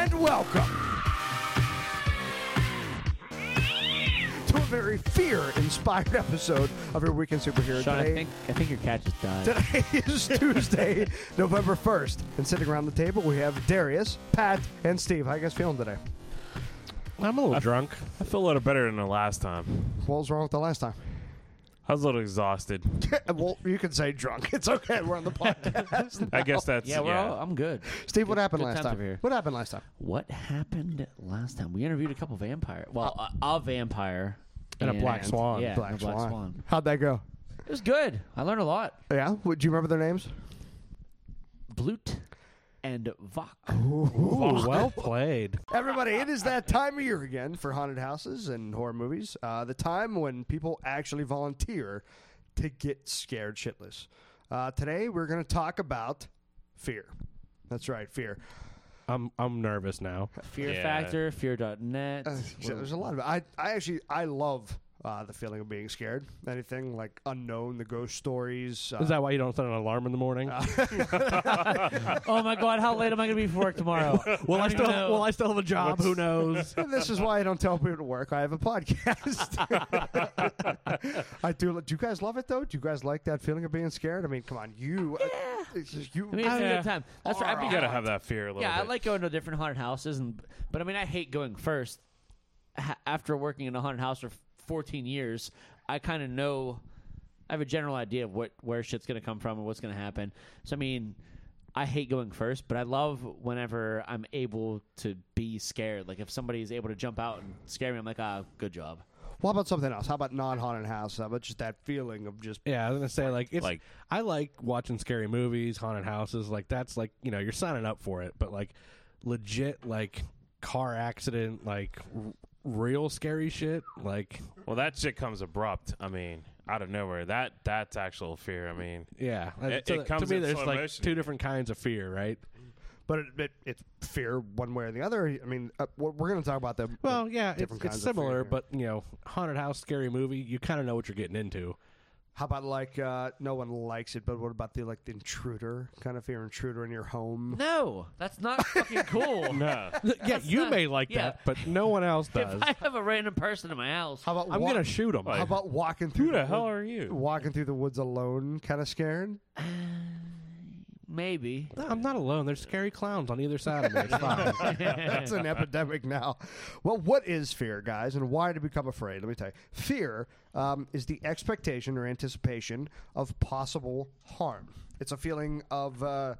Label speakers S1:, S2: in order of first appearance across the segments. S1: Welcome to a very fear-inspired episode of your weekend superhero
S2: Sean, I
S1: today.
S2: think I think your catch is done.
S1: Today is Tuesday, November 1st, and sitting around the table we have Darius, Pat, and Steve. How you guys feeling today?
S3: I'm a little drunk.
S4: I feel a little better than the last time.
S1: What was wrong with the last time?
S4: I was a little exhausted.
S1: well, you can say drunk. It's okay. We're on the podcast.
S4: I guess that's
S2: yeah,
S4: yeah.
S2: we're all, I'm good.
S1: Steve, what happened
S2: good
S1: last
S2: times
S1: time?
S2: over here.
S1: What happened last time?
S2: What happened last time? We interviewed a couple vampire. Well, a, a vampire
S3: And a black swan.
S2: Yeah,
S1: Black
S2: and a black
S1: Swan.
S2: swan.
S1: How'd that go?
S2: It was good. I learned a lot.
S1: Yeah. Would you remember their names?
S2: Blute and Vok.
S3: well played.
S1: Everybody, it is that time of year again for haunted houses and horror movies. Uh, the time when people actually volunteer to get scared shitless. Uh, today, we're going to talk about fear. That's right, fear.
S3: I'm I'm nervous now.
S2: Fear
S4: Yeah.
S2: Factor, Fear.net.
S1: Uh, so there's a lot of it. I, I actually, I love uh, the feeling of being scared. Anything like unknown, the ghost stories. Uh,
S3: Is that why you don't set an alarm in the morning?
S2: Uh, oh my god, how late am I going to be for work tomorrow?
S3: will I
S2: don't
S3: still
S2: even know.
S3: will I still have a job? Who knows?
S1: this is why I don't tell people to work. I have a podcast. I do. Do you guys love it though? Do you guys like that feeling of being scared? I mean, come on, you. Yeah. you.
S2: I mean, it's a
S4: Yeah.
S2: good time. That's right. I mean,
S4: You gotta have that fear a little
S2: Yeah, I
S4: bit.
S2: like going to different haunted houses, and but I mean, I hate going first. Ha- after working in a haunted house for 14 years, I kind of know. I have a general idea of what where shit's gonna come from and what's gonna happen. So I mean, I hate going first, but I love whenever I'm able to be scared. Like if somebody is able to jump out and scare me, I'm like, ah, good job.
S1: What about something else? How about non haunted house? How about just that feeling of just
S3: Yeah, I was gonna say like it's
S4: Like-
S3: I like watching scary movies, haunted houses. Like that's like you know you're signing up for it, but like legit like car accident, like r- real scary shit. Like
S4: well, that shit comes abrupt. I mean, out of nowhere. That that's actual fear. I mean,
S3: yeah,
S4: It-
S3: to,
S4: it
S3: to
S4: comes
S3: me
S4: in
S3: there's
S4: slow
S3: like
S4: motion.
S3: two different kinds of fear, right?
S1: but it, it, it's fear one way or the other. I mean, uh, we're, we're going to talk about them.
S3: Well, yeah, it's,
S1: different
S3: it's
S1: kinds of fear,
S3: similar,
S1: yeah.
S3: but you know, haunted house, scary movie, you kind of know what you're getting into.
S1: How about like uh, no one likes it, but what about the like the intruder kind of fear, intruder in your home?
S2: No, that's not fucking cool.
S4: no.
S3: yeah, you
S2: not-
S3: may like
S2: yeah.
S3: that, but no one else does.
S2: If I have a random person in my house,
S1: How about
S3: I'm
S1: wa-
S3: gonna shoot him.
S1: How about walking through
S4: Who the hell
S1: woods-
S4: are you?
S1: walking through the woods alone, kind of scared?
S2: maybe.
S3: I'm not alone. There's scary clowns on either side of me. It's fine.
S1: That's an epidemic now. Well, what is fear, guys, and why to become afraid? Let me tell you. Fear um, is the expectation or anticipation of possible harm. It's a feeling of uh,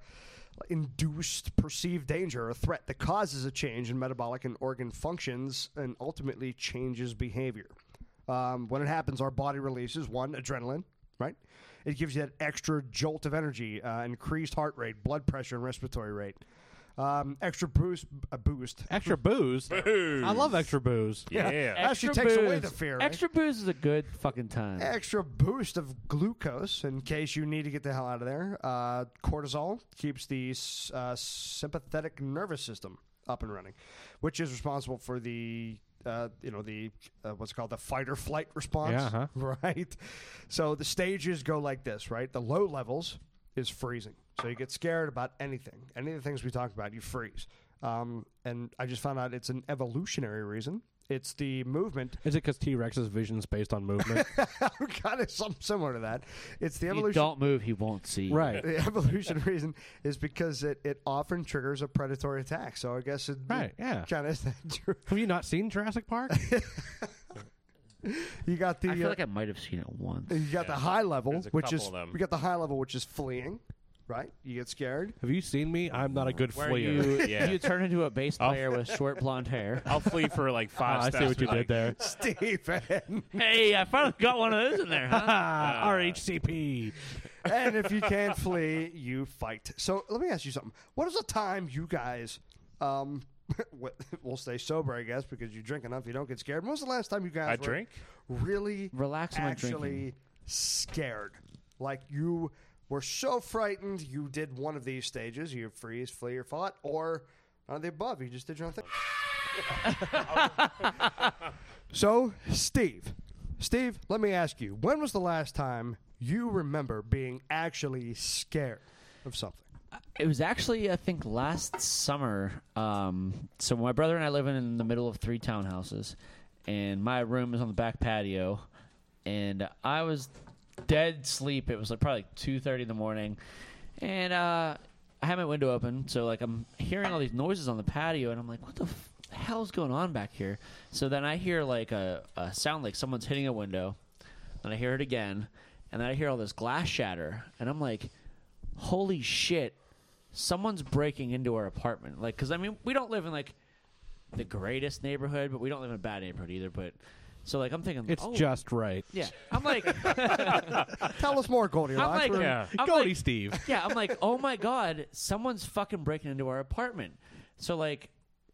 S1: induced perceived danger or threat that causes a change in metabolic and organ functions and ultimately changes behavior. Um, when it happens, our body releases one, adrenaline, right? It gives you that extra jolt of energy, uh, increased heart rate, blood pressure, and respiratory rate. Um, extra boost, a boost,
S3: extra booze. I love extra booze.
S4: Yeah.
S1: Actually takes away the fear, right?
S2: Extra booze is a good fucking time.
S1: extra boost of glucose in case you need to get the hell out of there. Uh, cortisol keeps the s- uh, sympathetic nervous system up and running, which is responsible for the. Uh, you know the uh, what's it called the fight or flight response,
S3: Yeah, huh.
S1: right? So the stages go like this, right? The low levels is freezing, so you get scared about anything. Any of the things we talked about, you freeze. Um, and I just found out it's an evolutionary reason. It's the movement
S3: Is it because T Rex's vision's based on movement?
S1: kind of something similar to that. It's the
S2: If
S1: evolution.
S2: you don't move, he won't see. you.
S3: right.
S1: The evolution reason is because it, it often triggers a predatory attack. So I guess it,
S3: Right, yeah.
S1: kind of true.
S3: Have you not seen Jurassic Park?
S1: You got the
S2: I feel
S1: uh,
S2: like I might have seen it once.
S1: you got the high level,
S4: There's a
S1: which
S4: couple
S1: is
S4: of them.
S1: we got the high level, which is fleeing. Right, you get scared.
S3: Have you seen me? I'm not a good
S2: Where
S3: fleer.
S2: you
S4: Yeah.
S2: you turn into a bass player with short blonde hair.
S4: I'll flee for like
S3: Oh,
S4: five
S3: I
S4: steps.
S3: see what you did there.
S1: Stephen.
S2: hey, I finally got one of those in there. Huh?
S3: Ah, RHCP.
S1: and if you can't flee, you fight. So let me ask you something. What is the time you guys um will stay sober, I guess, because you drink enough, you don't get scared. When was the last time you guys
S4: I
S1: were
S4: drink?
S1: really
S2: Relax when I'm
S1: actually
S2: drinking.
S1: scared? Like you were so frightened you did one of these stages, you freeze, flee, or fought, or none of the above. You just did your own thing. So, Steve, Steve, let me ask you: When was the last time you remember being actually scared of something?
S2: It was actually, I think, last summer. Um, so my brother and I live in the middle of three townhouses, and my room is on the back patio, and I was dead sleep. It was like probably two thirty in the morning, and uh, I had my window open, so like I'm hearing all these noises on the patio, and I'm like, what the. F- hell's going on back here so then i hear like a, a sound like someone's hitting a window and I hear it again, and then I hear all this glass shatter, and I'm like, "Holy shit! Someone's breaking into our apartment!" Like, because I mean, we don't live in like the greatest neighborhood, but we don't live in a bad neighborhood either. But so, like, I'm thinking,
S3: It's
S2: oh,
S3: just right.
S2: yeah. I'm like,
S1: Tell us more, Goldilocks.
S2: I'm like,
S1: We're-
S4: Yeah.
S2: I'm
S3: Goldie
S2: like-
S3: Steve.
S2: yeah, I'm like, oh my god, someone's fucking breaking into our apartment. So like,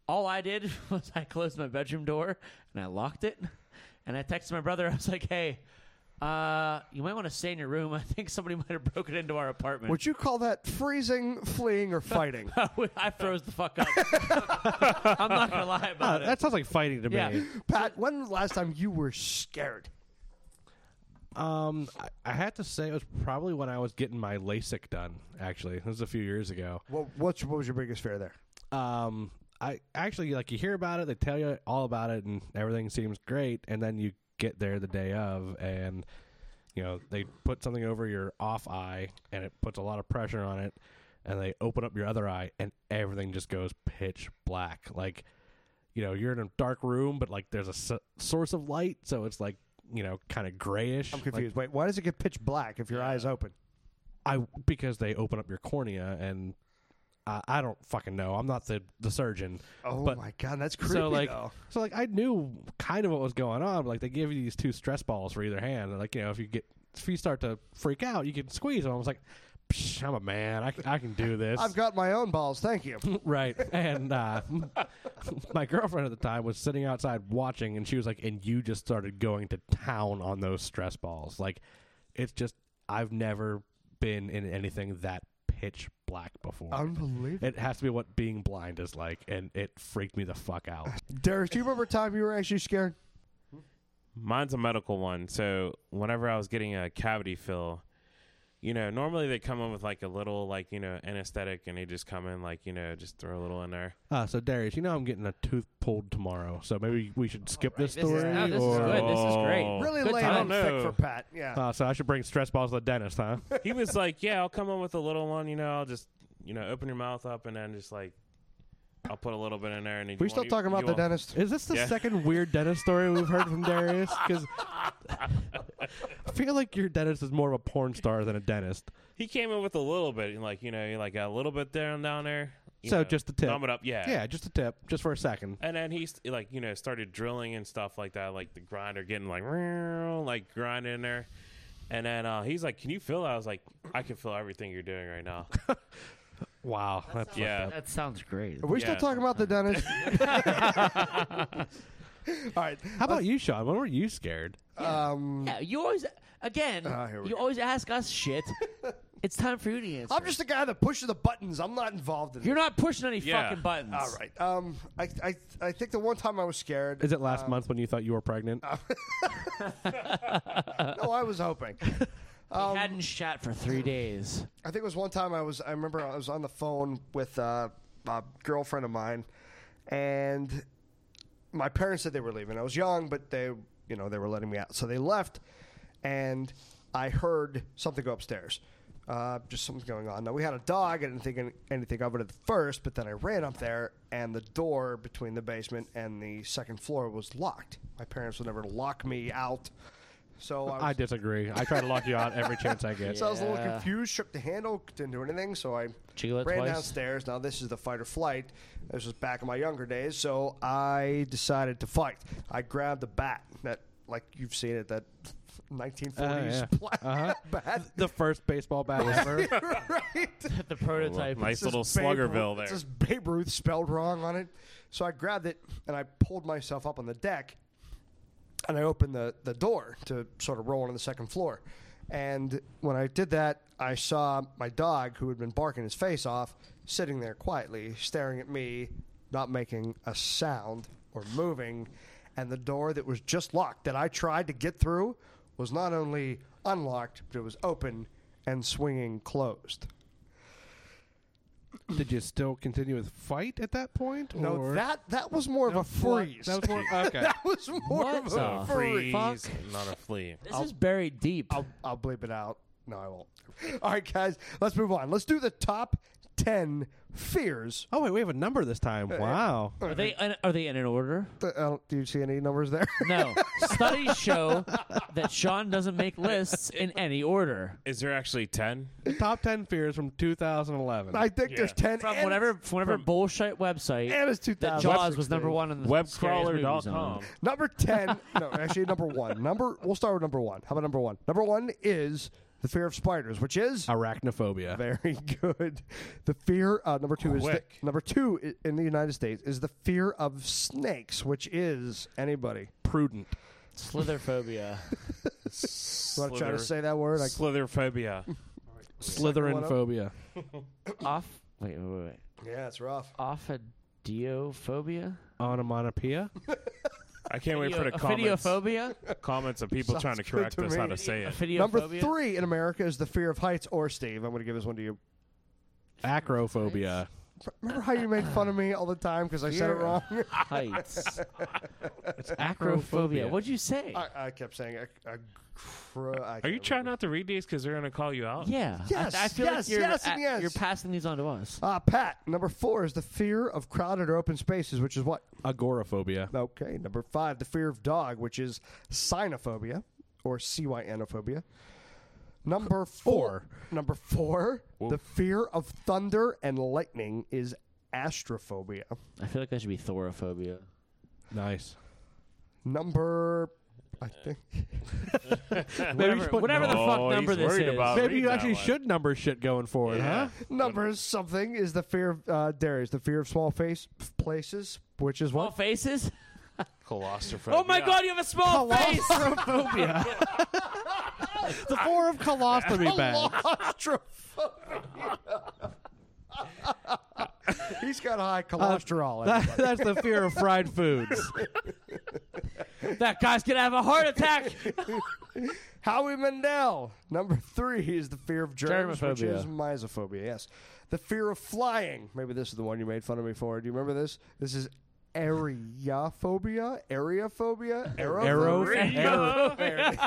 S2: all I did was I closed my bedroom door and I locked it, and I texted my brother. I was like, hey, uh, you might want to stay in your room. I think somebody might have broken into our apartment.
S1: Would you call that freezing, fleeing, or fighting?
S2: I froze the fuck up. I'm not gonna lie
S3: Uh,
S2: about it.
S3: that sounds like fighting to
S2: Yeah.
S3: me.
S1: Pat, when was the last time you were scared?
S3: Um, I, I had to say it was probably when I was getting my LASIK done. Actually, this was a few years ago.
S1: What, what's, what was your biggest fear there?
S3: Um, I actually like you hear about it, they tell you all about it, and everything seems great, and then you get there the day of, and you know they put something over your off eye, and it puts a lot of pressure on it, and they open up your other eye, and everything just goes pitch black, like. You know, you're in a dark room, but like there's a s- source of light, so it's like you know, kind of grayish.
S1: I'm
S3: like,
S1: confused. Wait, why does it get pitch black if your eyes open?
S3: I because they open up your cornea and I, I don't fucking know. I'm not the the surgeon.
S1: Oh
S3: But-
S1: my god, that's creepy.
S3: so like
S1: though.
S3: so like I knew kind of what was going on. But like they give you these two stress balls for either hand. And like you know if you get if you start to freak out, you can squeeze them. I was like, Psh, I'm a man. I can, I can do this.
S1: I've got my own balls. Thank you.
S3: right. And uh, my girlfriend at the time was sitting outside watching, and she was like, "And you just started going to town on those stress balls. Like, it's just I've never been in anything that pitch black before."
S1: Um, Unbelievable.
S3: It has to be what being blind is like, and it freaked me the fuck out.
S1: Darius, do you remember a time you were actually scared?
S4: Mine's a medical one. So whenever I was getting a cavity fill, you know, normally they come in with like a little like, you know, anesthetic and they just come in like, you know, just throw a little in there.
S3: Uh, so, Darius, you know I'm getting a tooth pulled tomorrow, so maybe we should skip this story.
S2: This is, no, this is
S3: or-
S2: good. This is great.
S4: Oh.
S1: Really
S2: Good
S1: laying on
S2: time.
S1: thick
S4: No.
S1: for Pat. Yeah.
S3: Uh, so I should bring stress balls to the dentist, huh?
S4: he was like, "Yeah, I'll come in with a little one. You know, I'll just you know open your mouth up and then just like I'll put a little bit in there." And
S1: we still talking about the dentist.
S3: Is this the
S4: Yeah.
S3: second weird dentist story we've heard from Darius? Because I feel like your dentist is more of a porn star than a dentist.
S4: He came in with a little bit, and like you know, you like got a little bit there and down there. you
S3: So
S4: know,
S3: just the tip.
S4: numb it up, yeah,
S3: Yeah, just a tip, just for a second.
S4: And then he st- like you know started drilling and stuff like that, like the grinder getting like like grind in there. And then uh, he's like, "Can you feel?" that?" I was like, "I can feel everything you're doing right now."
S3: Wow, that's
S4: yeah,
S2: That sounds great.
S1: Are we still
S4: Yeah.
S1: talking about the dentist? All right.
S3: How about you, Sean? When were you scared?
S1: Um,
S2: Yeah, you always again.
S1: Ah, here we
S2: you
S1: go.
S2: always ask us shit. it's time for you to answer.
S1: I'm just the guy that pushes the buttons. I'm not involved in
S2: You're
S1: this.
S2: not pushing any
S4: Yeah.
S2: fucking buttons.
S1: All right. Um, I, I, I think the one time I was scared.
S3: Is it last month when you thought you were pregnant?
S1: uh, no, I was hoping.
S2: he hadn't shot for three days.
S1: I think it was one time I was. I remember I was on the phone with uh, a girlfriend of mine, and my parents said they were leaving. I was young, but they, you know, they were letting me out, so they left, and I heard something go upstairs. Uh, just something's going on. Now we had a dog. I didn't think any- anything of it at first, but then I ran up there, and the door between the basement and the second floor was locked. My parents would never lock me out, so I was
S3: I disagree. I try to lock you out every chance I get.
S1: so I was a little
S2: Yeah.
S1: confused, shook the handle, didn't do anything. So I
S2: Did you go out
S1: ran
S2: twice?
S1: downstairs. Now this is the fight or flight. This was back in my younger days, so I decided to fight. I grabbed the bat that, like you've seen it, that
S2: Oh,
S1: 1940s
S3: Uh, yeah.
S1: pla-
S3: Uh-huh.
S1: bat.
S3: the first baseball bat ever.
S2: Uh,
S1: right?
S2: The prototype.
S4: nice
S1: It's
S4: little
S1: just Babe
S4: sluggerville
S1: Ruth-
S4: there.
S1: It's just Babe Ruth spelled wrong on it. So I grabbed it and I pulled myself up on the deck and I opened the, the door to sort of roll onto the second floor. And when I did that, I saw my dog, who had been barking his face off, sitting there quietly, staring at me, not making a sound or moving. And the door that was just locked that I tried to get through was not only unlocked, but it was open and swinging closed.
S3: Did you still continue with fight at that point?
S1: No,
S3: or?
S1: that that was more of
S3: No,
S1: a freeze.
S3: That was more, okay.
S1: That was more
S2: What
S1: of a
S2: the
S1: Oh, freeze.
S4: Freeze, not a flea.
S2: This is buried deep.
S1: I'll I'll bleep it out. No, I won't. All right, guys, let's move on. Let's do the top ten fears.
S3: oh wait, we have a number this time. Wow.
S2: are they in, are they in an order?
S1: Uh, uh, do you see any numbers there?
S2: No. Studies show that Sean doesn't make lists in any order.
S4: Is there actually ten?
S3: Top ten fears from 2011.
S1: I think there's ten.
S2: From
S1: and-
S2: whatever from whatever bullshit website
S1: and it's
S2: that
S1: 2000.
S2: Jaws was number one on the scariest movies
S4: Webcrawler.com.
S2: on.
S1: Number ten. no, actually, number one. Number. We'll start with number one. How about number one? Number one is the fear of spiders, which is
S3: Arachnophobia.
S1: very good. The fear. Uh, number two is the,
S4: Quick.
S1: number two i- in the United States is the fear of snakes, which is anybody.
S3: Prudent.
S2: Slitherphobia.
S1: You want to try to say that word? I
S4: Slitherphobia.
S1: one up.
S3: Slytherinphobia.
S2: Off wait, wait, wait, wait.
S1: yeah, it's rough.
S2: Ophidiophobia?
S3: Onomatopoeia.
S4: I can't wait for the comments.
S2: Ophidiophobia?
S4: Comments of people
S1: Sounds
S4: trying to
S1: good
S4: correct
S1: to
S4: us how
S1: me.
S4: to say it.
S2: Ophidiophobia?
S1: Number three in America is the fear of heights. Or Steve, I'm going to give this one to you.
S3: Acrophobia.
S1: Remember how you made fun of me all the time because I said it
S3: Fear.
S1: wrong?
S2: Heights. it's acrophobia. What'd you say?
S1: I, I kept saying. ac- acro- I
S4: Are
S1: can't
S4: you trying
S1: remember.
S4: not to read these because they're going to call you out?
S2: yeah. I-
S1: Yes,
S2: I, feel
S1: yes,
S2: like you're,
S1: yes, and
S2: a-
S1: yes.
S2: you're passing these on to us.
S1: Uh, Pat, number four is the fear of crowded or open spaces, which is what?
S3: Agoraphobia.
S1: Okay. Number five, the fear of dog, which is cynophobia or cyanophobia. Number four, number four, the fear of thunder and lightning is astrophobia.
S2: I feel like that should be thorophobia.
S3: Nice.
S1: Number, I think,
S3: Maybe, you should
S2: Whatever,
S3: put-
S2: whatever the
S4: Oh,
S2: fuck
S4: he's
S2: number this
S4: worried
S2: is.
S4: about- I'll
S3: Maybe
S4: Oh, read
S3: you
S4: that
S3: actually
S4: one.
S3: should number shit going forward,
S4: Yeah.
S3: huh?
S1: number something is the fear of uh, dairies, the fear of small face places, which is
S2: Small
S1: what?
S2: faces?
S4: Colostrophobia.
S2: Oh my god, you have a small face!
S3: Colostrophobia. the four of colostomy bags.
S1: He's got high cholesterol. everybody.
S3: That- that's the fear of fried foods.
S2: that guy's gonna have a heart attack!
S1: Howie Mandel. Number three is the fear of germs, which
S2: Germophobia.
S1: is misophobia. Yes, the fear of flying. Maybe this is the one you made fun of me for. Do you remember this? This is aerophobia, aerophobia,
S3: Arrow.
S1: aerophobia.
S3: Arrow.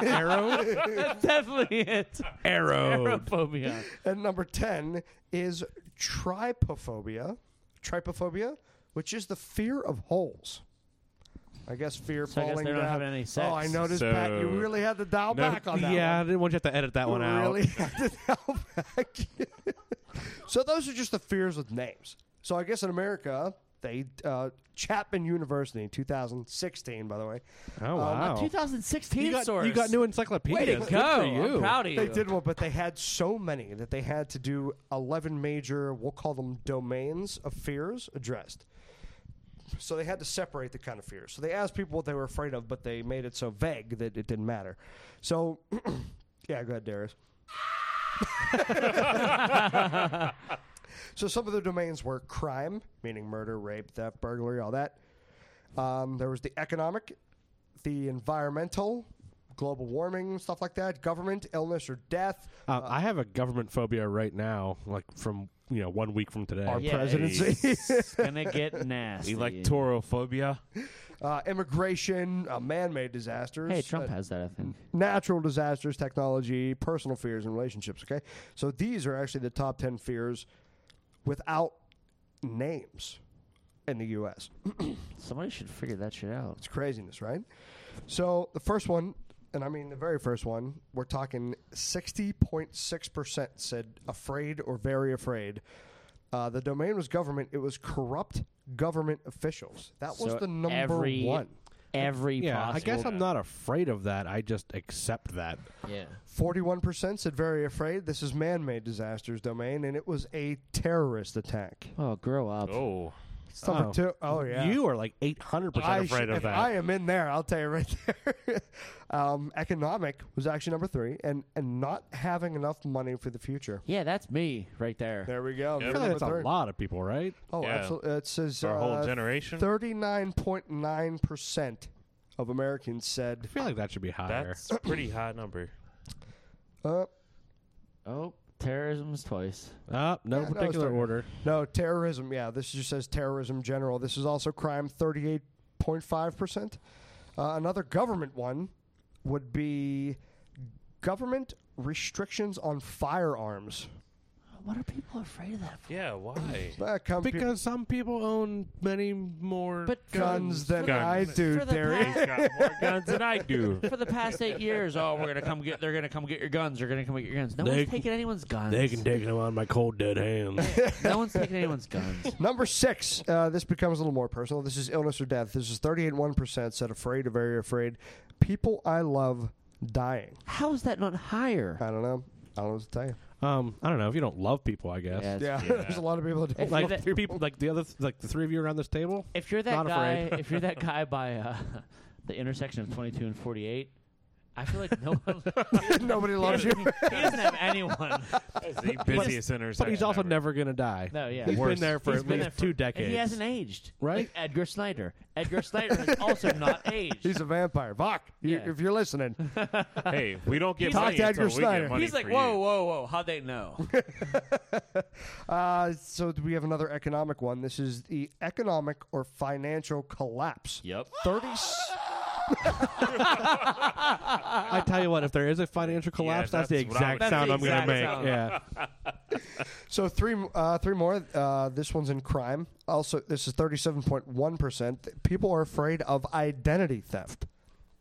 S3: Arrow.
S2: That's definitely it.
S3: Arrow.
S2: Aerophobia.
S1: And number ten is trypophobia, trypophobia, which is the fear of holes. I guess fear of
S2: So I guess
S1: falling
S2: they don't
S1: down.
S2: have any sex.
S1: Oh, I noticed,
S4: So-
S1: Pat. You really had to dial
S4: No.
S1: back on that. one.
S3: Yeah, I didn't want you to have to edit that one out.
S1: Really? How back? so those are just the fears with names. So I guess in America, they uh, Chapman University in 2016, by the way,
S3: Oh wow!
S2: 2016
S3: you, got,
S2: source.
S3: you got new encyclopedias.
S2: Way to
S3: Good
S2: go!
S3: for
S2: I'm
S3: you.
S2: proud of you.
S1: they did one, but they had so many that they had to do 11 major, we'll call them domains of fears addressed. So they had to separate the kind of fears. So they asked people what they were afraid of, but they made it so vague that it didn't matter. So, yeah, go ahead, Darius. So some of the domains were crime, meaning murder, rape, theft, burglary, all that. Um, there was the economic, the environmental, global warming, stuff like that, government, illness or death,
S3: Uh, I have a government phobia right now, like from you know one week from today.
S1: our
S2: Yeah,
S1: presidency,
S2: It's gonna get nasty.
S4: Electorophobia.
S1: uh, immigration, uh, man-made disasters,
S2: Hey, Trump
S1: uh,
S2: has that, I think.
S1: natural disasters, technology, personal fears, and relationships. Okay, so these are actually the top ten fears without names in the U.S.
S2: Somebody should figure that shit out.
S1: It's craziness, right? So the first one, and I mean the very first one, we're talking 60.6% said afraid or very afraid. Uh, the domain was government. It was corrupt government officials. That was
S2: So
S1: the number
S2: every-
S1: one.
S2: Every
S3: yeah,
S2: possible.
S3: I guess I'm not afraid of that. I just accept that.
S2: Yeah.
S1: 41% said very afraid. This is man made disasters domain, and it was a terrorist attack.
S2: Oh, grow up.
S4: Oh.
S1: It's number
S3: Oh.
S1: two. Oh, yeah.
S3: You are like 800
S1: I
S3: percent
S1: sh-
S3: afraid
S1: if
S3: of that.
S1: I am in there, I'll tell you right there. um, economic was actually number three, and, and not having enough money for the future.
S2: Yeah, that's me right there.
S1: There we go.
S3: I
S1: You're
S4: Yeah.
S3: feel like
S1: number
S3: that's a
S1: three.
S3: lot of people, right?
S1: Oh,
S4: Yeah.
S1: absolutely. It says
S4: Our whole
S1: uh,
S4: generation.
S1: 39.9% of Americans
S3: I
S1: said,
S3: feel like that should be higher.
S4: That's a pretty high number.
S1: uh,
S2: Oh, Terrorism's twice.
S3: Uh, no
S1: Yeah, no, it's
S3: particular
S1: not-
S3: order.
S1: No, terrorism. Yeah, this just says terrorism general. This is also crime 38.5%. Uh, another government one would be government restrictions on firearms.
S2: What are people afraid of that? For?
S4: Yeah, why?
S1: Uh, come pe-
S3: Because some people own many more
S2: But
S1: guns than
S4: Guns.
S1: I do,
S2: For the
S1: Derry.
S2: past-
S4: got more guns than I do.
S2: For the past eight years, oh, we're gonna come get. They're gonna come get your guns. They're gonna come get your guns. No
S3: They
S2: one's
S3: can-
S2: taking anyone's guns.
S3: they can take them on my cold dead hands.
S2: no one's taking anyone's guns.
S1: Number six. Uh, this becomes a little more personal. This is illness or death. This is 38.1% said afraid or very afraid. People I love dying.
S2: How is that not higher?
S1: I don't know. I don't know what to tell you.
S3: um, I don't know if you don't love people. I guess.
S2: Yeah, it's-
S1: Yeah, there's a lot of people that don't
S2: If
S1: love
S2: you're
S3: Like
S2: that-
S3: the people, like the other, like the three of you around this table.
S2: If you're that
S3: Not
S2: guy,
S3: afraid.
S2: if you're that guy by uh, the intersection of 22 and 48, I feel like no one.
S1: Nobody loves
S2: he
S1: you.
S2: doesn't have anyone.
S4: That's the busiest intersection.
S3: But he's also
S4: ever.
S3: never gonna die.
S2: No, yeah.
S3: He's
S2: Worse.
S3: been there for
S2: He's
S3: at
S2: been
S3: least
S2: there for-
S3: two
S2: And
S3: decades.
S2: he hasn't aged,
S3: Right?
S2: Like Edgar Snyder. Edgar Snyder has also not aged.
S1: He's a vampire. Vok, you
S2: Yeah.
S1: if you're listening,
S4: Hey, we don't get
S1: Talk
S4: money
S1: to
S4: until
S1: Edgar
S4: we
S1: Snyder.
S4: get money
S2: He's like,
S4: for you.
S2: whoa, whoa, whoa! How'd they know?
S1: Uh, so we have another economic one. This is the economic or financial collapse.
S2: yep.
S1: Thirty.
S3: I tell you what, if there is a financial collapse, that's, the
S4: that's what I'm-
S3: exact
S2: That's the
S3: sound I'm gonna
S2: exact
S3: make.
S2: sound.
S3: Yeah.
S1: So three, uh, three more. Uh, this one's in crime. Also, this is thirty-seven point one percent. People are afraid of identity theft.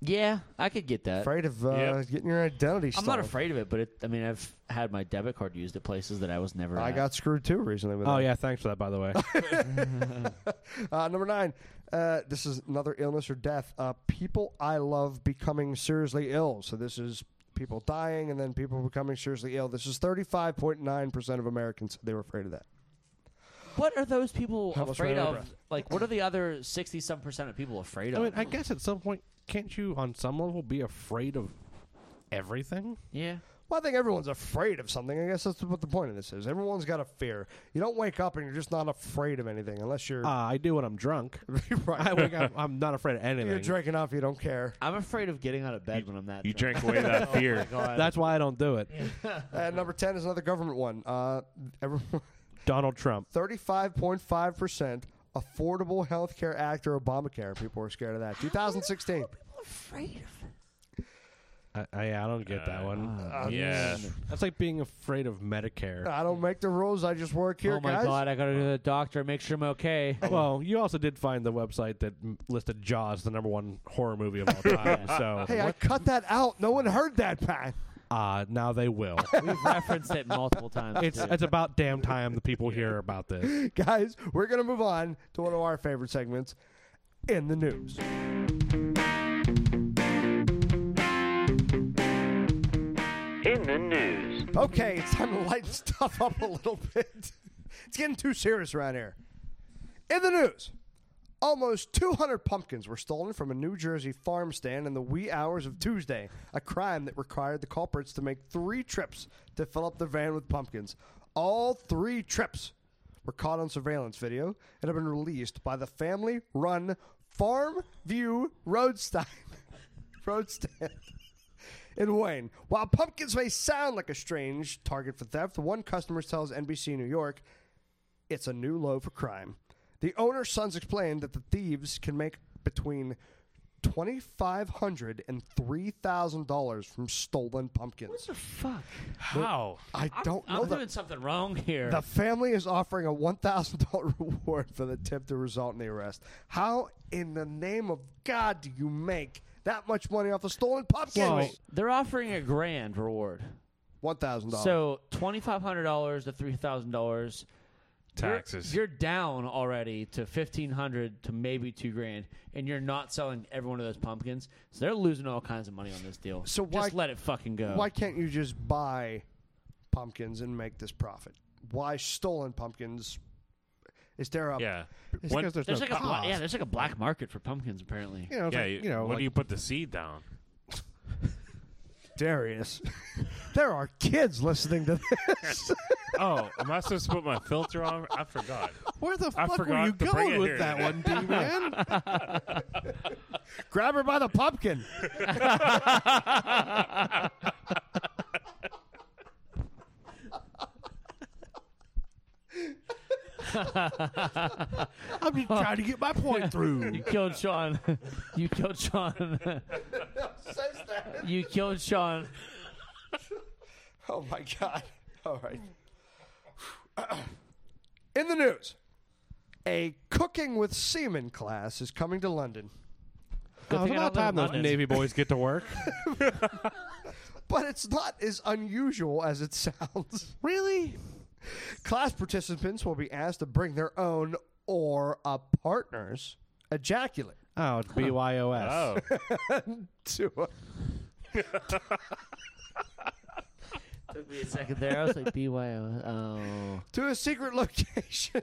S2: Yeah, I could get that.
S1: Afraid of uh,
S4: Yep.
S1: getting your identity
S2: I'm
S1: stolen.
S2: not afraid of it, but it, I mean, I've had my debit card used at places that I was never.
S1: I
S2: at.
S1: got screwed too recently. With
S3: Oh
S1: that.
S3: yeah. Thanks for that, by the way.
S1: Uh, number nine. Uh, this is another illness or death. Uh, people I love becoming seriously ill. So this is people dying and then people becoming seriously ill. This is 35.9% of Americans. They were afraid of that.
S2: What are those people
S1: Almost
S2: afraid
S1: ran out
S2: of?
S1: of
S2: Like, what are the other sixty some percent of people afraid
S3: I
S2: of?
S3: mean, I guess at some point, can't you, on some level, be afraid of everything?
S2: yeah.
S1: Well, I think everyone's afraid of something. I guess that's what the point of this is. Everyone's got a fear. You don't wake up and you're just not afraid of anything unless you're
S3: Uh, I do when I'm drunk.
S1: right.
S3: I wake up, I'm not afraid of
S1: You're
S3: anything.
S1: drinking off. You don't care.
S2: I'm afraid of getting out of bed when I'm that.
S4: You
S2: drunk.
S4: drink away that fear.
S3: That's why I don't do it.
S1: And Uh, number ten is another government one. Uh, everyone.
S3: Donald Trump.
S1: 35.5% Affordable Health Care Act or Obamacare. People were scared of that. 2016.
S2: afraid of.
S3: I, I, I don't get
S2: Uh,
S3: that one.
S2: Ah,
S3: Um,
S4: yeah.
S3: That's like being afraid of
S2: Uh,
S3: Medicare.
S1: I don't make the rules. I just work here,
S2: oh my
S1: guys.
S2: god! I gotta go to the doctor. Make sure I'm okay.
S3: Well, you also did find the website that m- listed Jaws, the number one horror movie of all time. so
S1: Hey, I cut that out. No one heard that, Pat.
S3: uh, now they will.
S2: We've referenced it multiple times.
S3: It's
S2: too.
S3: it's about damn time the people hear about this.
S1: Guys, we're going to move on to one of our favorite segments in the news.
S5: In the news.
S1: Okay, it's time to lighten stuff up a little bit. It's getting too serious around here. In the news, almost 200 pumpkins were stolen from a New Jersey farm stand in the wee hours of Tuesday, a crime that required the culprits to make three trips to fill up the van with pumpkins. All three trips were caught on surveillance video and have been released by the family run Farm View Road Stand. Road stand in Wayne. While pumpkins may sound like a strange target for theft, one customer tells NBC New York it's a new low for crime. The owner's sons explained that the thieves can make between $2,500 and $3,000 from stolen pumpkins.
S2: fuck.
S4: How?
S1: I don't know
S2: I'm
S1: the,
S2: doing something wrong here.
S1: the family is offering a $1,000 reward for the tip to result in the arrest. How in the name of God do you make that much money off of stolen pumpkins?
S2: so they're offering a grand reward.
S1: $1,000.
S2: So twenty five hundred dollars to three thousand dollars.
S4: Taxes.
S2: You're down already to fifteen hundred to maybe two grand, and you're not selling every one of those pumpkins. So they're losing all kinds of money on this deal.
S1: So
S2: just
S1: why-
S2: let it fucking go.
S1: Why can't you just buy pumpkins and make this profit? Why stolen pumpkins? Is there a
S4: yeah.
S3: It's
S4: When-
S3: because there's,
S2: there's
S3: no
S2: like a bla-
S3: cost.
S2: yeah, there's like a black market for pumpkins apparently.
S3: You know, it's
S4: yeah.
S3: like,
S4: you,
S3: you know,
S4: when
S3: like-
S4: do you put the seed down?
S1: Darius? there are kids listening to this.
S4: Oh, am I supposed to put my filter on? I forgot.
S3: where the
S4: I
S3: fuck were
S4: forgot
S3: you
S4: to bring
S3: going
S4: it
S3: with
S4: here
S3: that
S4: today.
S3: one, D man?
S1: Grab her by the pumpkin.
S3: I'm just trying to get my point through.
S2: You killed Sean. You killed Sean.
S1: Says that.
S2: You killed Sean.
S1: Oh my god. All right. In the news, a cooking with semen class is coming to London,
S2: Good
S3: it's
S2: thing I don't live
S3: about
S2: in
S3: time those
S2: London.
S3: Navy boys get to work.
S1: but it's not as unusual as it sounds. Really? Class participants will be asked to bring their own or a partner's ejaculate
S3: Oh, it's BYOS.
S4: Oh,
S1: to a
S2: Took me a second there. I was like, BYO. Oh.
S1: to a secret location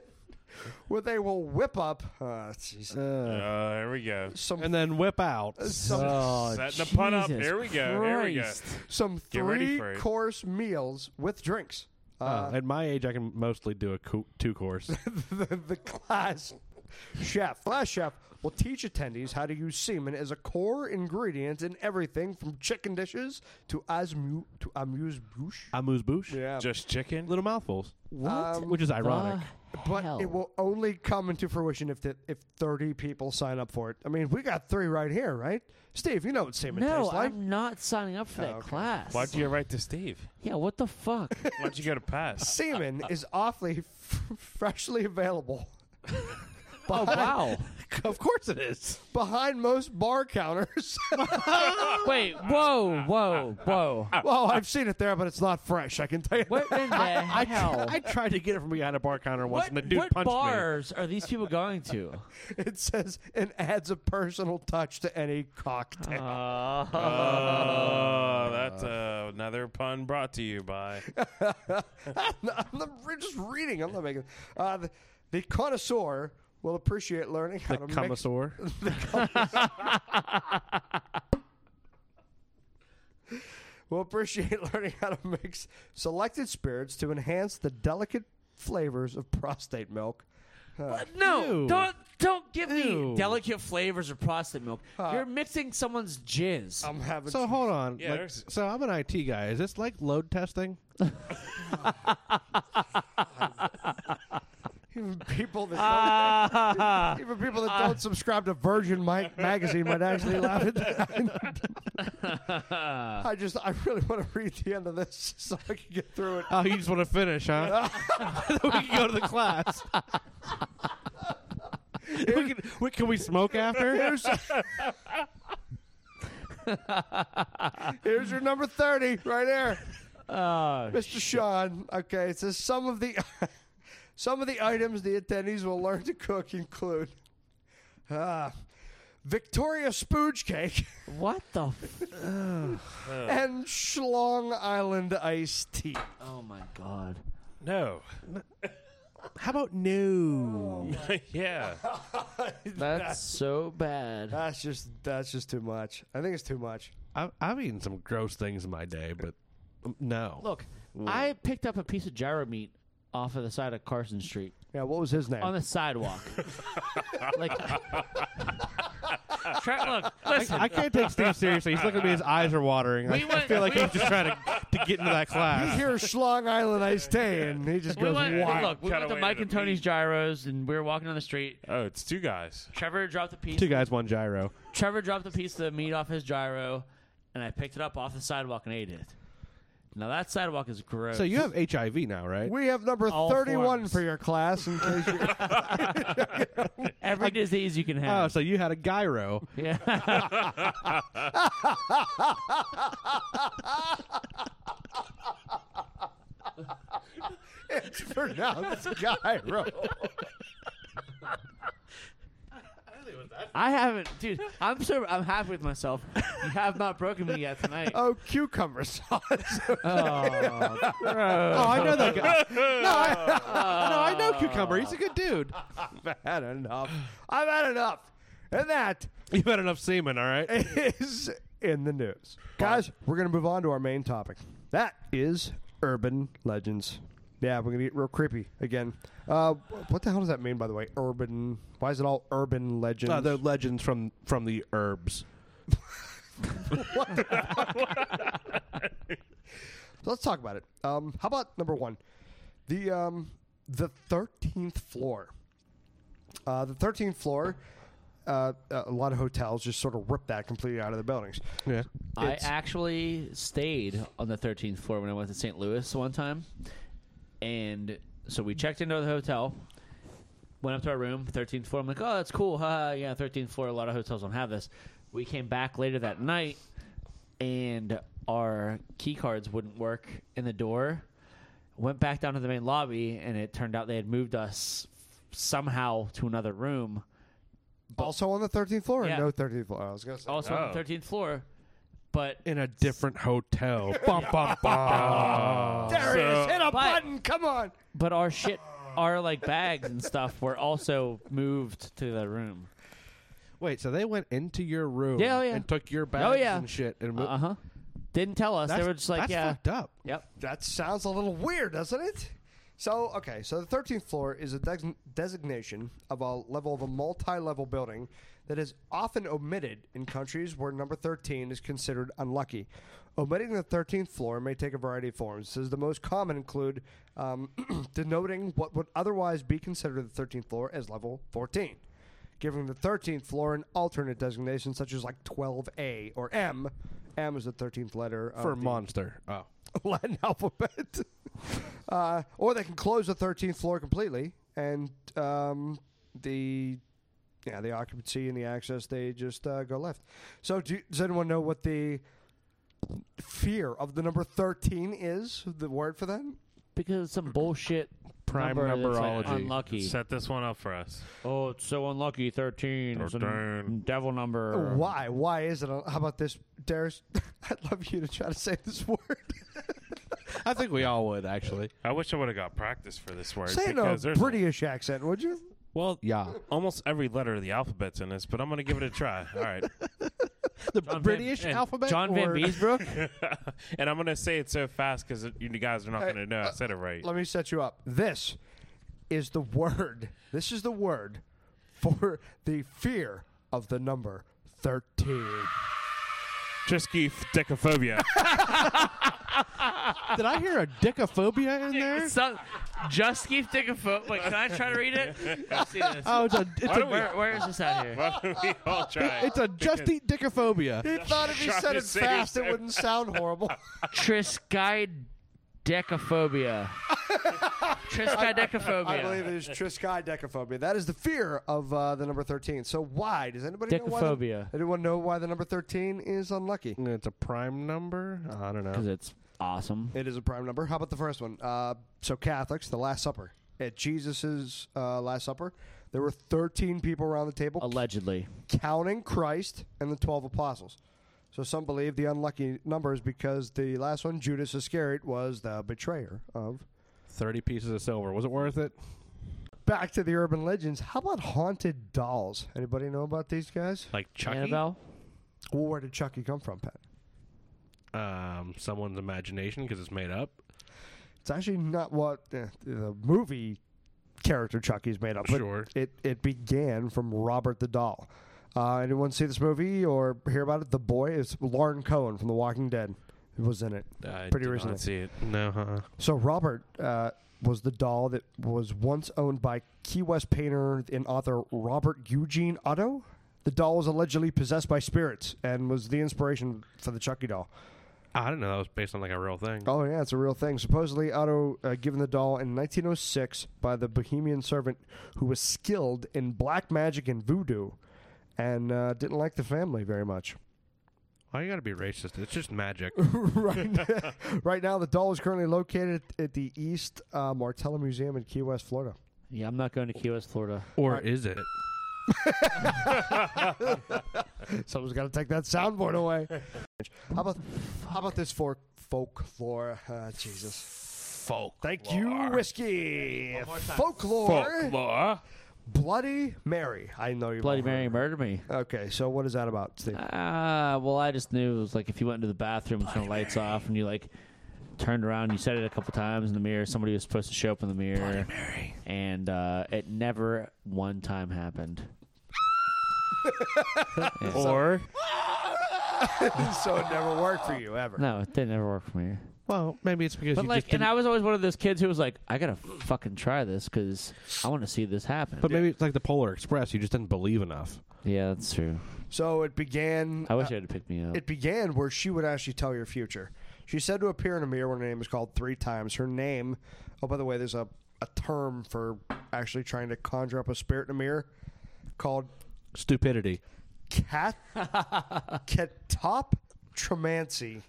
S1: where they will whip up uh, jeez, uh,
S4: Uh, here we go.
S1: some
S3: And then whip out.
S1: some,
S2: Oh,
S4: Setting the pun up.
S2: Jesus
S4: Here we go. Here we go.
S2: Christ.
S1: some
S4: Get
S1: three
S4: ready for it. Oh.
S1: course meals with drinks.
S3: Uh, at my age, I can mostly do a coo- two course.
S1: the, the class chef. Class chef will teach attendees how to use semen as a core ingredient in everything from chicken dishes to asmu to amuse bouche.
S3: Amuse bouche.
S1: Yeah,
S4: Just chicken.
S3: Little mouthfuls,
S2: What?
S1: Um,
S3: which is
S2: Uh,
S3: ironic.
S1: but
S2: hell?
S1: it will only come into fruition if the, if thirty people sign up for it. I mean, we got three right here, right? Steve, you know what semen
S2: No,
S1: tastes like.
S2: I'm not signing up for that class.
S4: Why'd you write to Steve?
S2: Yeah, what the fuck?
S4: Why'd you go to pass?
S1: Semen
S2: Uh,
S1: is awfully f- freshly available.
S2: oh, wow.
S3: of course it is.
S1: Behind most bar counters.
S2: Wait, whoa, whoa, whoa.
S1: well, I've seen it there, but it's not fresh. I can tell you.
S2: What in the
S3: I,
S2: hell?
S3: I tried to get it from behind a bar counter once,
S2: what
S3: and the dude
S2: what
S3: punched me.
S2: bars are these people going to?
S1: It says and adds a personal touch to any cocktail.
S3: Ah.
S4: Oh, that's uh, another pun brought to you by.
S1: I'm not- we're just reading. I'm not making. Uh, the, the connoisseur will appreciate learning how to mix.
S3: Commissar.
S1: Will appreciate learning how to mix selected spirits to enhance the delicate flavors of prostate milk.
S2: Uh, no,
S3: Ew.
S2: don't don't give
S3: Ew.
S2: me delicate flavors of prostate milk. You're mixing someone's jizz.
S1: I'm having.
S3: So hold on.
S4: Yeah,
S3: Like,
S4: there's-
S3: so I'm an IT guy. Is this like load testing?
S1: even people that
S2: Ah,
S1: don't, even people that don't subscribe to Virgin Mi- magazine might actually laugh at that. I just I really want to read the end of this so I can get through it.
S3: Oh, you just want to finish, huh? we can go to the class. we can, we, can we smoke after?
S1: Here's your number 30 right there.
S2: oh,
S1: Mr. Sean. Okay, it says some of the some of the items the attendees will learn to cook include uh, Victoria spooge cake
S2: what the? F-
S1: and Schlong Island iced tea.
S2: oh my god.
S4: No.
S3: How about no?
S4: yeah.
S2: That's so bad.
S1: That's just that's just too much. I think it's too much.
S3: I've, I've eaten some gross things in my day, but um, no.
S2: Look, I picked up a piece of gyro meat off of the side of Carson Street
S1: Yeah, what was his name?
S2: on the sidewalk. like, try, look, listen.
S3: I can't take Steve seriously. He's looking at me. His eyes are watering.
S2: We
S3: I
S2: went-
S3: feel like
S2: we-
S3: he's just trying to, to get into that
S1: you
S3: class.
S1: hear Schlong Island iced tea and he just
S2: we
S1: goes
S2: went,
S1: wild.
S2: look, we
S4: Cut
S2: went to
S4: away
S2: Mike
S4: to
S2: and
S4: the
S2: Tony's gyros, and we were walking down the street.
S4: Oh, it's two guys.
S2: Trevor dropped a piece.
S3: Two guys, one gyro.
S2: Trevor dropped a piece of meat off his gyro, and I picked it up off the sidewalk and ate it. Now that sidewalk is gross.
S3: So you have HIV now, right?
S1: We have number
S2: All
S1: 31
S2: forms.
S1: for your class in case you
S2: every disease you can
S3: Oh,
S2: have.
S3: so you had a gyro.
S2: yeah.
S1: it's pronounced gyro.
S2: I haven't, dude. I'm so I'm happy with myself. You have not broken me yet tonight.
S1: Oh, cucumber sauce.
S2: Oh,
S3: Oh, I know that guy. No, I, no, I know Cucumber. He's a good dude.
S1: I've had enough. I've had enough. And that
S3: You've had enough semen, all right?
S1: is in the news. Guys, we're going to move on to our main topic. That is urban legends. Yeah, we're going to get real creepy again. Uh, what the hell does that mean, by the way? Urban. Why is it all urban legends?
S2: Uh,
S3: No, uh, they're legends from from the herbs.
S1: So let's talk about it. Um, how about number one? The um, the 13th floor. Uh, the 13th floor, uh, a lot of hotels just sort of rip that completely out of the buildings.
S3: Yeah.
S2: I
S1: It's-
S2: actually stayed on the 13th floor when I went to St. Louis one time. And so we checked into the hotel, went up to our room, 13th floor. I'm like, oh, that's cool. Ha, ha, yeah, 13th floor. A lot of hotels don't have this. We came back later that night, and our key cards wouldn't work in the door. Went back down to the main lobby, and it turned out they had moved us somehow to another room.
S1: also on the 13th floor,
S2: Yeah.
S1: or no 13th floor. I was gonna say.
S2: Also on
S4: Oh.
S2: the 13th floor, but
S3: In a different hotel. bum, bum, bum.
S1: there it is. Hit
S2: But-
S1: a button. Come on.
S2: But our shit, our like bags and stuff were also moved to the room.
S3: Wait, so they went into your room
S2: Yeah, oh, yeah.
S3: and took your bags
S2: yeah.
S3: and shit. And mo-
S2: Uh huh. Didn't tell us.
S3: that's,
S2: they were just like,
S3: that's
S2: yeah,
S3: fucked up.
S2: yep.
S1: That sounds a little weird, doesn't it? So, okay, so the 13th floor is a des- designation of a level of a multi level building that is often omitted in countries where number 13 is considered unlucky. Omitting the 13th floor may take a variety of forms. Says the most common include um, denoting what would otherwise be considered the 13th floor as level 14, giving the 13th floor an alternate designation, such as like 12A or M. M is the 13th letter of
S3: For
S1: the-
S3: monster. Oh.
S1: Latin alphabet. uh, or they can close the 13th floor completely, and um, the yeah the occupancy and the access they just uh, go left. So do, does anyone know what the fear of the number 13 is? The word for that?
S2: Because it's some bullshit
S3: Prime
S2: number that's, like,
S3: numerology.
S2: unlucky.
S4: Set this one up for us.
S2: Oh, it's so unlucky. Thirteen. It's a
S4: Thirteen.
S2: devil number.
S1: Why? Why is it? How about this, Darius? I'd love you to try to say this word.
S3: I think we all would, actually.
S4: I wish I would have got practice for this word.
S1: say it in a
S4: because there's a-
S1: British accent, would you?
S4: well,
S3: Yeah.
S4: almost every letter of the alphabet's in this, but I'm gonna give it a try. All right,
S3: The
S2: Van-
S3: British
S4: and
S3: alphabet?
S2: John Van
S3: or-
S2: Beesbrook.
S4: and I'm gonna say it so fast because you guys are not gonna
S2: uh,
S4: know I said it right.
S1: Let me set you up. This is the word. This is the word for the fear of the number 13.
S4: Trisky decaphobia.
S3: Did I hear a dickophobia in there?
S2: Some, just keep taking foot. Wait, can I try to read it? Let's see this.
S3: Oh, it's a, it's a,
S2: Where, where is this out here?
S4: Why don't we all try?
S3: it's a just eat dickophobia.
S1: He thought if he
S4: Trying
S1: said
S4: to
S1: it
S4: say
S1: fast, it
S4: so
S1: wouldn't sound horrible.
S2: Triskaidekaphobia. Triskaidekaphobia.
S1: I believe it is triskaidekaphobia. That is the fear of uh, the number 13. So why? Does anybody know why? the-
S2: Decaphobia.
S1: Anyone know why the number 13 is unlucky?
S3: It's a prime number? I don't know.
S2: Because it's awesome.
S1: It is a prime number. How about the first one? Uh, so Catholics, the Last Supper. At Jesus' uh, Last Supper, there were 13 people around the table.
S2: Allegedly.
S1: counting Christ and the 12 apostles. So some believe the unlucky number is because the last one, Judas Iscariot, was the betrayer of.
S3: 30 pieces of silver. Was it worth it?
S1: Back to the urban legends. How about haunted dolls? Anybody know about these guys?
S3: Like Chucky?
S2: Annabelle?
S1: Well, where did Chucky come from, Pat?
S3: Um, someone's imagination because it's made up.
S1: It's actually not what eh, the movie character Chucky's made up. but
S3: Sure.
S1: It it began from Robert the Doll. Uh, anyone see this movie or hear about it? The boy is Lauren Cohen from The Walking Dead. was in it.
S4: I
S1: Pretty
S4: did
S1: recently.
S4: Not see it.
S3: No, uh-uh. huh?
S1: So Robert uh, was the doll that was once owned by Key West painter and author Robert Eugene Otto. The doll was allegedly possessed by spirits and was the inspiration for the Chucky doll.
S3: I don't know. That was based on like a real thing.
S1: Oh yeah, it's a real thing. Supposedly, Otto uh, given the doll in 1906 by the Bohemian servant who was skilled in black magic and voodoo, and uh, didn't like the family very much.
S3: Why you gotta be racist? It's just magic.
S1: right, right now, the doll is currently located at the East uh, Martella Museum in Key West, Florida.
S2: Yeah, I'm not going to Key West, Florida.
S3: or is it?
S1: Someone's got to take that soundboard away. How about how about this for folklore? Uh, Jesus.
S3: Folk.
S1: Thank you, whiskey. Folklore.
S4: Folklore.
S1: Bloody Mary. I know you.
S2: Bloody Mary murdered me.
S1: Okay, so what is that about, Steve?
S2: Ah, well, I just knew it was like if you went into the bathroom, and turned the lights off, and you like turned around, you said it a couple times in the mirror. Somebody was supposed to show up in the mirror, and uh, it never one time happened.
S4: Or
S1: so it never worked for you ever.
S2: No, it didn't ever work for me.
S3: Well, maybe it's because
S2: But
S3: you
S2: like,
S3: just
S2: and
S3: didn't,
S2: I was always one of those kids who was like, I gotta fucking try this because I want to see this happen.
S3: but maybe it's like the Polar Express. You just didn't believe enough.
S2: yeah, that's true.
S1: So it began.
S2: I wish
S1: uh,
S2: you had picked me up.
S1: It began where she would actually tell your future. She said to appear in a mirror when her name is called three times. Her name, oh, by the way, there's a, a term for actually trying to conjure up a spirit in a mirror called
S3: Stupidity.
S1: cat catoptromancy.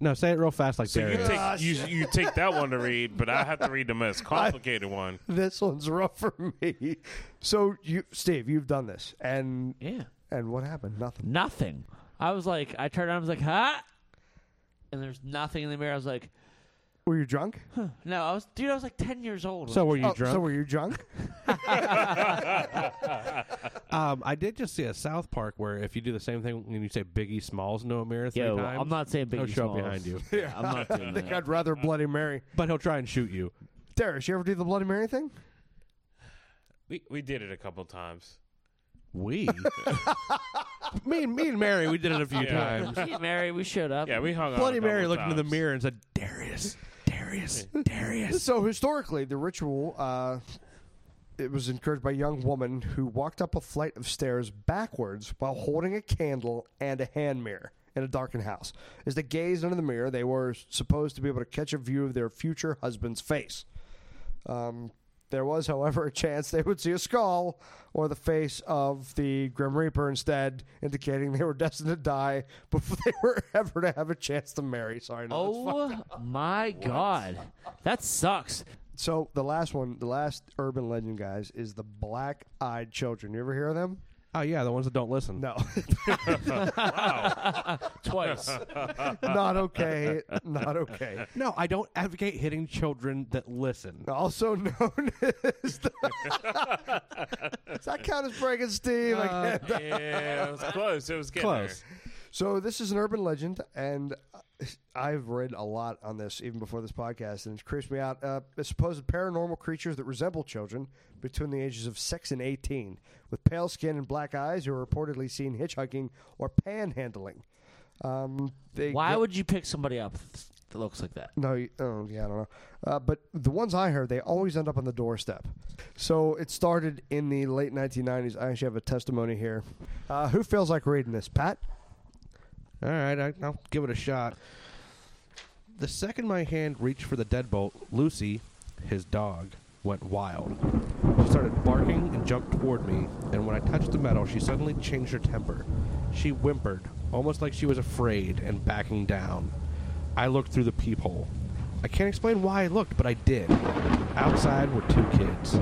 S3: No, say it real fast, like
S4: So
S3: there.
S4: you
S3: it is.
S4: take you, you take that one to read, but I have to read the most complicated one.
S1: This one's rough for me. So you, Steve, you've done this, and
S2: yeah,
S1: and what happened? Nothing.
S2: nothing. I was like, I turned around, I was like, huh? And there's nothing in the mirror. I was like,
S1: Were you drunk?
S2: no, I was, dude, I was like ten years old.
S3: So were you
S1: Oh,
S3: drunk?
S1: So were you drunk?
S3: um, I did just see a South Park where if you do the same thing when you say Biggie Smalls into a mirror three
S2: Yo,
S3: times,
S2: I'm not saying
S3: he'll
S2: Biggie
S3: show
S2: Smalls.
S3: up behind you,
S2: Yeah, I'm not doing
S1: I think
S2: that.
S1: I'd rather Bloody Mary.
S3: but he'll try and shoot you.
S1: Darius, you ever do the Bloody Mary thing?
S4: We we did it a couple times.
S3: We, me and me and Mary, we did it a few
S4: Yeah.
S3: times.
S2: Me and Mary, we showed up.
S4: Yeah, we hung out. a
S3: Bloody
S4: couple
S3: Mary looked into the
S4: times.
S3: mirror and said, "Darius, Darius, Darius."
S1: So historically, the ritual uh, it was encouraged by a young woman who walked up a flight of stairs backwards while holding a candle and a hand mirror in a darkened house. As they gazed into the mirror, they were supposed to be able to catch a view of their future husband's face. Um, there was, however, a chance they would see a skull or the face of the Grim Reaper instead, indicating they were destined to die before they were ever to have a chance to marry. Sorry, no, that's
S2: Oh my god, that sucks.
S1: So the last one, the last urban legend, guys, is the black-eyed children. You ever hear of them?
S3: Oh yeah, the ones that don't listen.
S1: No,
S2: Twice.
S1: not okay, not okay.
S3: No, I don't advocate hitting children that listen.
S1: Also known as. The Does that count as breaking Steve? I can't-
S4: Yeah, it was close. It was getting
S3: Close.
S1: So this is an urban legend, and I've read a lot on this even before this podcast, and it creeps me out. Uh, supposed paranormal creatures that resemble children between the ages of six and eighteen, with pale skin and black eyes, who are reportedly seen hitchhiking or panhandling. Um, they
S2: Why
S1: get-
S2: would you pick somebody up that looks like that?
S1: No, you- oh, yeah, I don't know. Uh, but the ones I heard, they always end up on the doorstep. So it started in the late 1990s. I actually have a testimony here. Uh, who feels like reading this? Pat?
S3: All right, I, I'll give it a shot. The second my hand reached for the deadbolt, Lucy, his dog, went wild. She started barking and jumped toward me, and when I touched the metal, she suddenly changed her temper. She whimpered, almost like she was afraid and backing down. I looked through the peephole. I can't explain why I looked, but I did. Outside were two kids.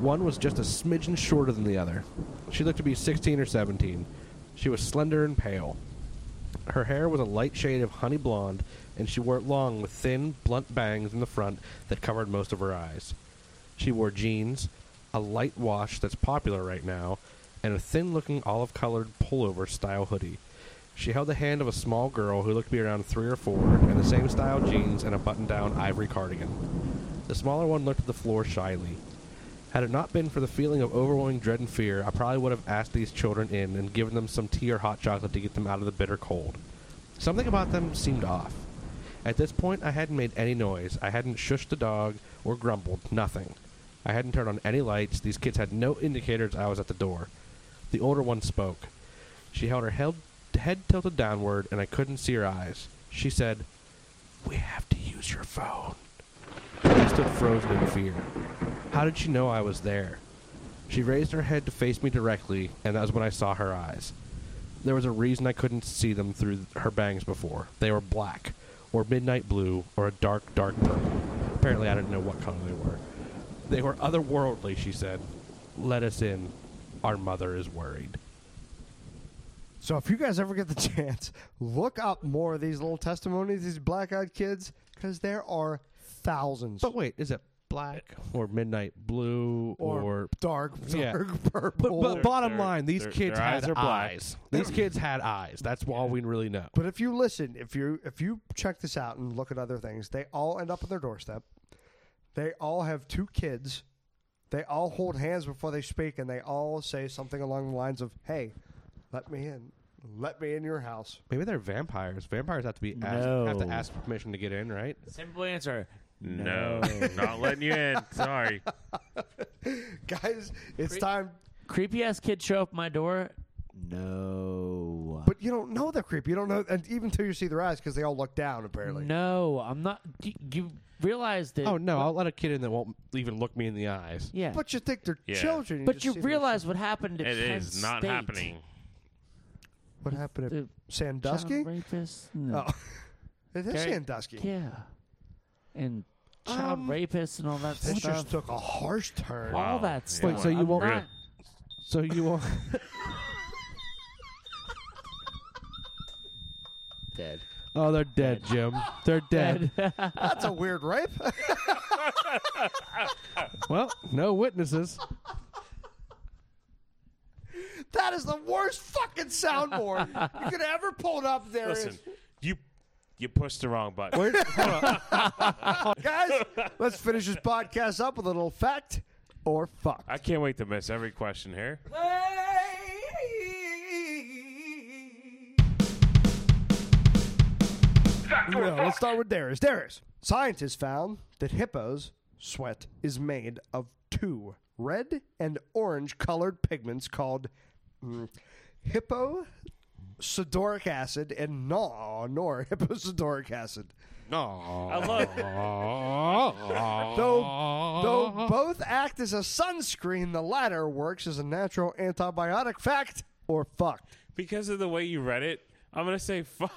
S3: One was just a smidgen shorter than the other. She looked to be 16 or 17. She was slender and pale. Her hair was a light shade of honey blonde, and she wore it long with thin, blunt bangs in the front that covered most of her eyes. She wore jeans, a light wash that's popular right now, and a thin looking olive colored pullover style hoodie. She held the hand of a small girl who looked to be around three or four, in the same style jeans and a button down ivory cardigan. The smaller one looked at the floor shyly. Had it not been for the feeling of overwhelming dread and fear, I probably would have asked these children in and given them some tea or hot chocolate to get them out of the bitter cold. Something about them seemed off. At this point, I hadn't made any noise. I hadn't shushed the dog or grumbled, nothing. I hadn't turned on any lights. These kids had no indicators I was at the door. The older one spoke. She held her held, head tilted downward, and I couldn't see her eyes. She said, We have to use your phone. I stood frozen in fear. How did she know I was there? She raised her head to face me directly, and that was when I saw her eyes. There was a reason I couldn't see them through her bangs before. They were black, or midnight blue, or a dark, dark purple. Apparently, I didn't know what color they were. They were otherworldly, she said. Let us in. Our mother is worried.
S1: So if you guys ever get the chance, look up more of these little testimonies, these black-eyed kids, because there are thousands.
S3: But wait, is it black or midnight blue or,
S1: dark,
S3: Yeah.
S1: dark
S3: But,
S1: purple.
S3: but bottom
S4: Their-
S3: line, these
S4: their-
S3: kids
S4: their
S3: had
S4: eyes are black.
S3: eyes. These kids had eyes. That's all we really know.
S1: But if you listen, if you if you check this out and look at other things, they all end up on their doorstep. They all have two kids. They all hold hands before they speak, and they all say something along the lines of, "Hey, let me in." Let me in your house.
S3: Maybe they're vampires. Vampires have to be asked, have to
S2: No.
S3: ask permission to get in, right?
S2: Simple answer.
S4: No, not letting you in. Sorry.
S1: Guys, it's
S2: Great.
S1: time.
S2: Creepy ass kid show up my door. No.
S1: But you don't know they're creepy. You don't know, and even till you see their eyes, because they all look down, apparently.
S2: No, I'm not. Do you realize that?
S3: Oh no, I'll let a kid in that won't even look me in the eyes.
S2: yeah. But,
S1: But you think they're
S4: Yeah.
S1: children. just
S2: you
S1: see them-
S2: realize what happened at
S4: It
S2: Penn
S4: is not
S2: State.
S4: happening.
S1: What happened at
S2: The
S1: Sandusky?
S2: Child rapists. No.
S1: Oh. It is
S2: Gary-
S1: Sandusky.
S2: Yeah. And child
S3: Um,
S2: rapists and all that
S1: This
S2: stuff.
S1: just took a harsh turn.
S4: Wow.
S2: all that
S4: Yeah.
S2: stuff.
S3: Wait, so you
S2: I'm
S3: won't-
S2: not-
S3: So you won't.
S2: dead.
S3: Oh, they're dead, Jim. They're dead.
S1: That's a weird rape.
S3: well, no witnesses.
S1: that is the worst fucking soundboard you could ever pull up. There is.
S4: Listen, you you pushed the wrong button.
S1: guys, let's finish this podcast up with a little fact or fuck.
S4: I can't wait to miss every question here.
S1: No, let's start with Darius. Darius, scientists found that hippos' sweat is made of two red and orange colored pigments called mm, hipposudoric acid and no, nor hipposudoric acid.
S4: I love
S1: Though, though both act as a sunscreen, the latter works as a natural antibiotic. Fact or fucked?
S4: because of the way you read it. I'm gonna say fuck.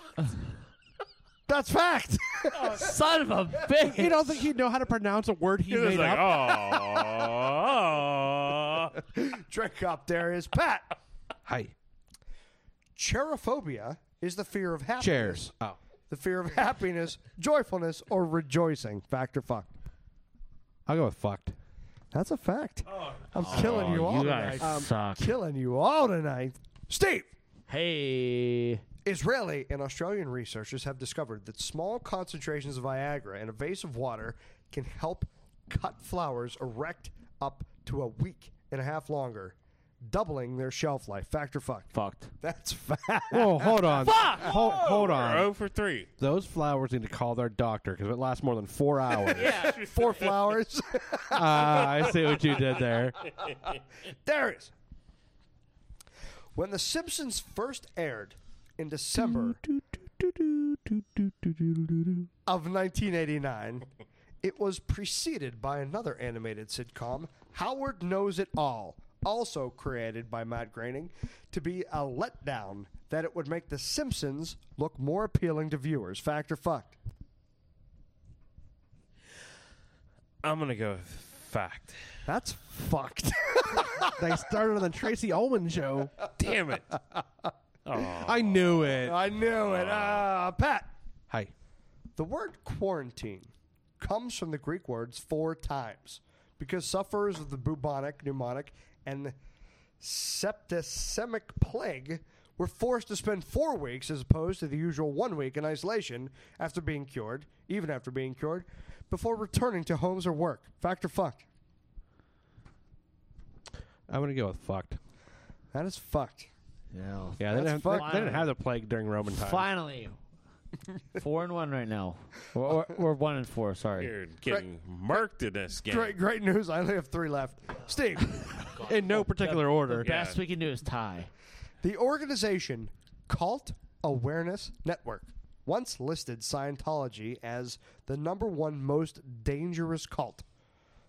S1: That's fact.
S2: Son of a bitch.
S3: You don't think he'd know how to pronounce a word he
S4: It was
S3: made
S4: like
S3: up?
S4: oh.
S1: Drink up, Darius. Pat.
S3: Hi,
S1: Cherophobia is the fear of happiness.
S3: chairs. Oh,
S1: The fear of happiness, joyfulness, or rejoicing. Fact or fuck?
S3: I'll go with fucked.
S1: That's a fact. I'm killing Oh. you all tonight. I'm killing you all tonight. Steve!
S2: Hey.
S1: Israeli and Australian researchers have discovered that small concentrations of Viagra in a vase of water can help cut flowers erect up to a week and a half longer, doubling their shelf life. Fact or fuck?
S2: Fucked.
S1: That's fact.
S3: Whoa, Oh, hold on. Hold, hold on.
S4: Oh for three.
S3: Those flowers need to call their doctor because it lasts more than four hours.
S1: Four flowers.
S3: Ah, I see what you did there.
S1: There it is. When The Simpsons first aired in December of 1989, it was preceded by another animated sitcom, Howard Knows It All, also created by Matt Groening, to be a letdown that it would make The Simpsons look more appealing to viewers. Fact or fucked?
S4: I'm gonna go with fact.
S1: That's fucked.
S3: They started on the Tracy Ullman show.
S4: Damn it.
S3: I knew it.
S1: I knew it. Uh, Pat.
S3: Hi.
S1: The word quarantine comes from the Greek words four times because sufferers of the bubonic, pneumonic, and septicemic plague were forced to spend four weeks as opposed to the usual one week in isolation after being cured, even after being cured, before returning to homes or work. Fact or fuck?
S3: I'm gonna go with fucked.
S1: That is fucked.
S2: Yeah.
S3: Yeah, they didn't, have,
S1: That's
S3: they,
S2: fucked.
S3: they didn't have the plague during Roman times.
S2: Finally. four and one right now. Or, or, or one and four, sorry.
S4: You're getting murked in this game.
S1: Great, great news. I only have three left. Steve,
S3: In no particular order.
S4: Yeah.
S2: Best we can do is tie.
S1: the organization Cult Awareness Network once listed Scientology as the number one most dangerous cult.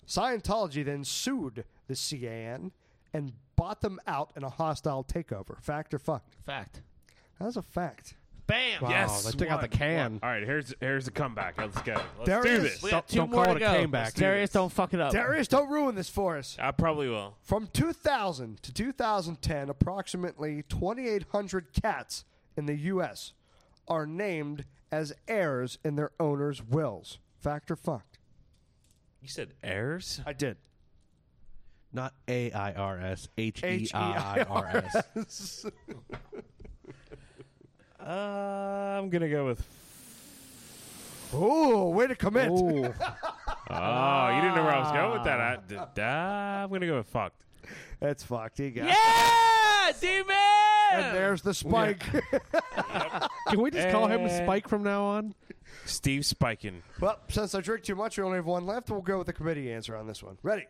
S1: Scientology then sued the CAN and bought them out in a hostile takeover. Fact or fucked?
S2: Fact.
S1: That's a fact.
S2: Bam.
S3: Wow,
S4: Yes,
S3: Oh, they took out the
S4: one,
S3: can.
S4: one. All right, here's here's the comeback. Let's go. Let's
S1: There
S4: do
S1: is-
S4: this.
S2: We have
S3: Don't-
S2: two
S3: don't
S2: more
S3: call
S2: to
S3: it a
S2: go.
S3: comeback.
S2: Darius, don't fuck it up.
S1: Darius, don't ruin this for us.
S4: I probably will.
S1: From 2000 to 2010, approximately 2,800 cats in the U.S. are named as heirs in their owners' wills. Fact or fucked?
S4: You said heirs?
S1: I did.
S3: Not A I R S, H E I R S.
S4: Uh, I'm gonna go with.
S1: Oh, way to commit.
S3: Ooh.
S4: Oh, you didn't know where I was going with that. I, did- uh, I'm gonna go with fucked.
S1: That's fucked. You got
S2: Yeah, demon.
S1: And there's the spike.
S3: Can we just call him Spike from now on?
S4: Steve Spikin.
S1: well, since I drink too much, we only have one left. We'll go with the committee answer on this one. Ready?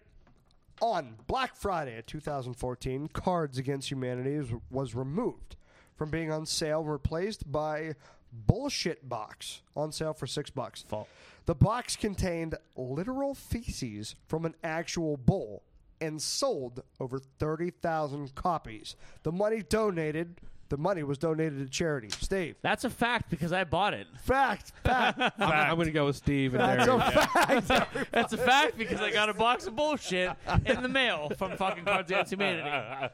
S1: On Black Friday of 2014, Cards Against Humanity was, was removed from being on sale and replaced by Bullshit Box on sale for six bucks.
S4: Fault.
S1: The box contained literal feces from an actual bull and sold over 30,000 copies. The money donated, the money was donated to charity. Steve.
S2: That's a fact because I bought it.
S1: Fact, fact.
S3: I'm, I'm going to go with Steve. And
S1: That's
S3: Darren.
S1: a fact.
S2: That's a fact because I got a box of bullshit in the mail from fucking Cards Against Humanity.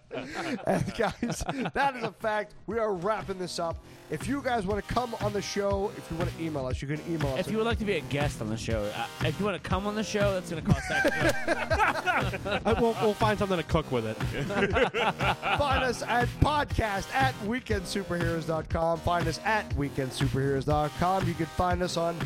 S1: And guys, that is a fact. We are wrapping this up. If you guys want to come on the show, if you want to email us, you can email us.
S2: If you would like to be a guest on the show, uh, if you want to come on the show, that's going to cost extra.
S3: I- we'll, we'll find something to cook with it.
S1: Find us at podcast at weekendsuperheroes.com. Find us at weekendsuperheroes.com. You can find us on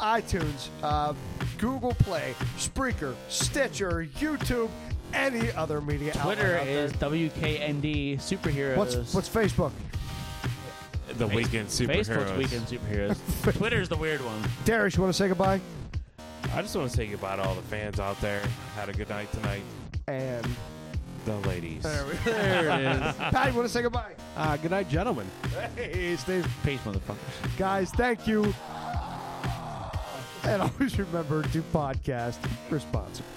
S1: iTunes, uh, Google Play, Spreaker, Stitcher, YouTube, any other media
S2: Twitter
S1: outlet out there.
S2: is WKND Superheroes.
S1: What's, what's Facebook?
S4: The Weekend Superheroes.
S2: Facebook's Weekend Superheroes. Twitter's the weird one.
S1: Darius, you want to say goodbye?
S4: I just want to say goodbye to all the fans out there. Had a good night tonight.
S1: And
S4: The ladies.
S1: there, we- there it is. Pat, you want to say goodbye?
S3: Uh, good night, gentlemen.
S1: Hey, Steve.
S2: Peace, motherfuckers.
S1: Guys, thank you. And always remember to podcast responsibly.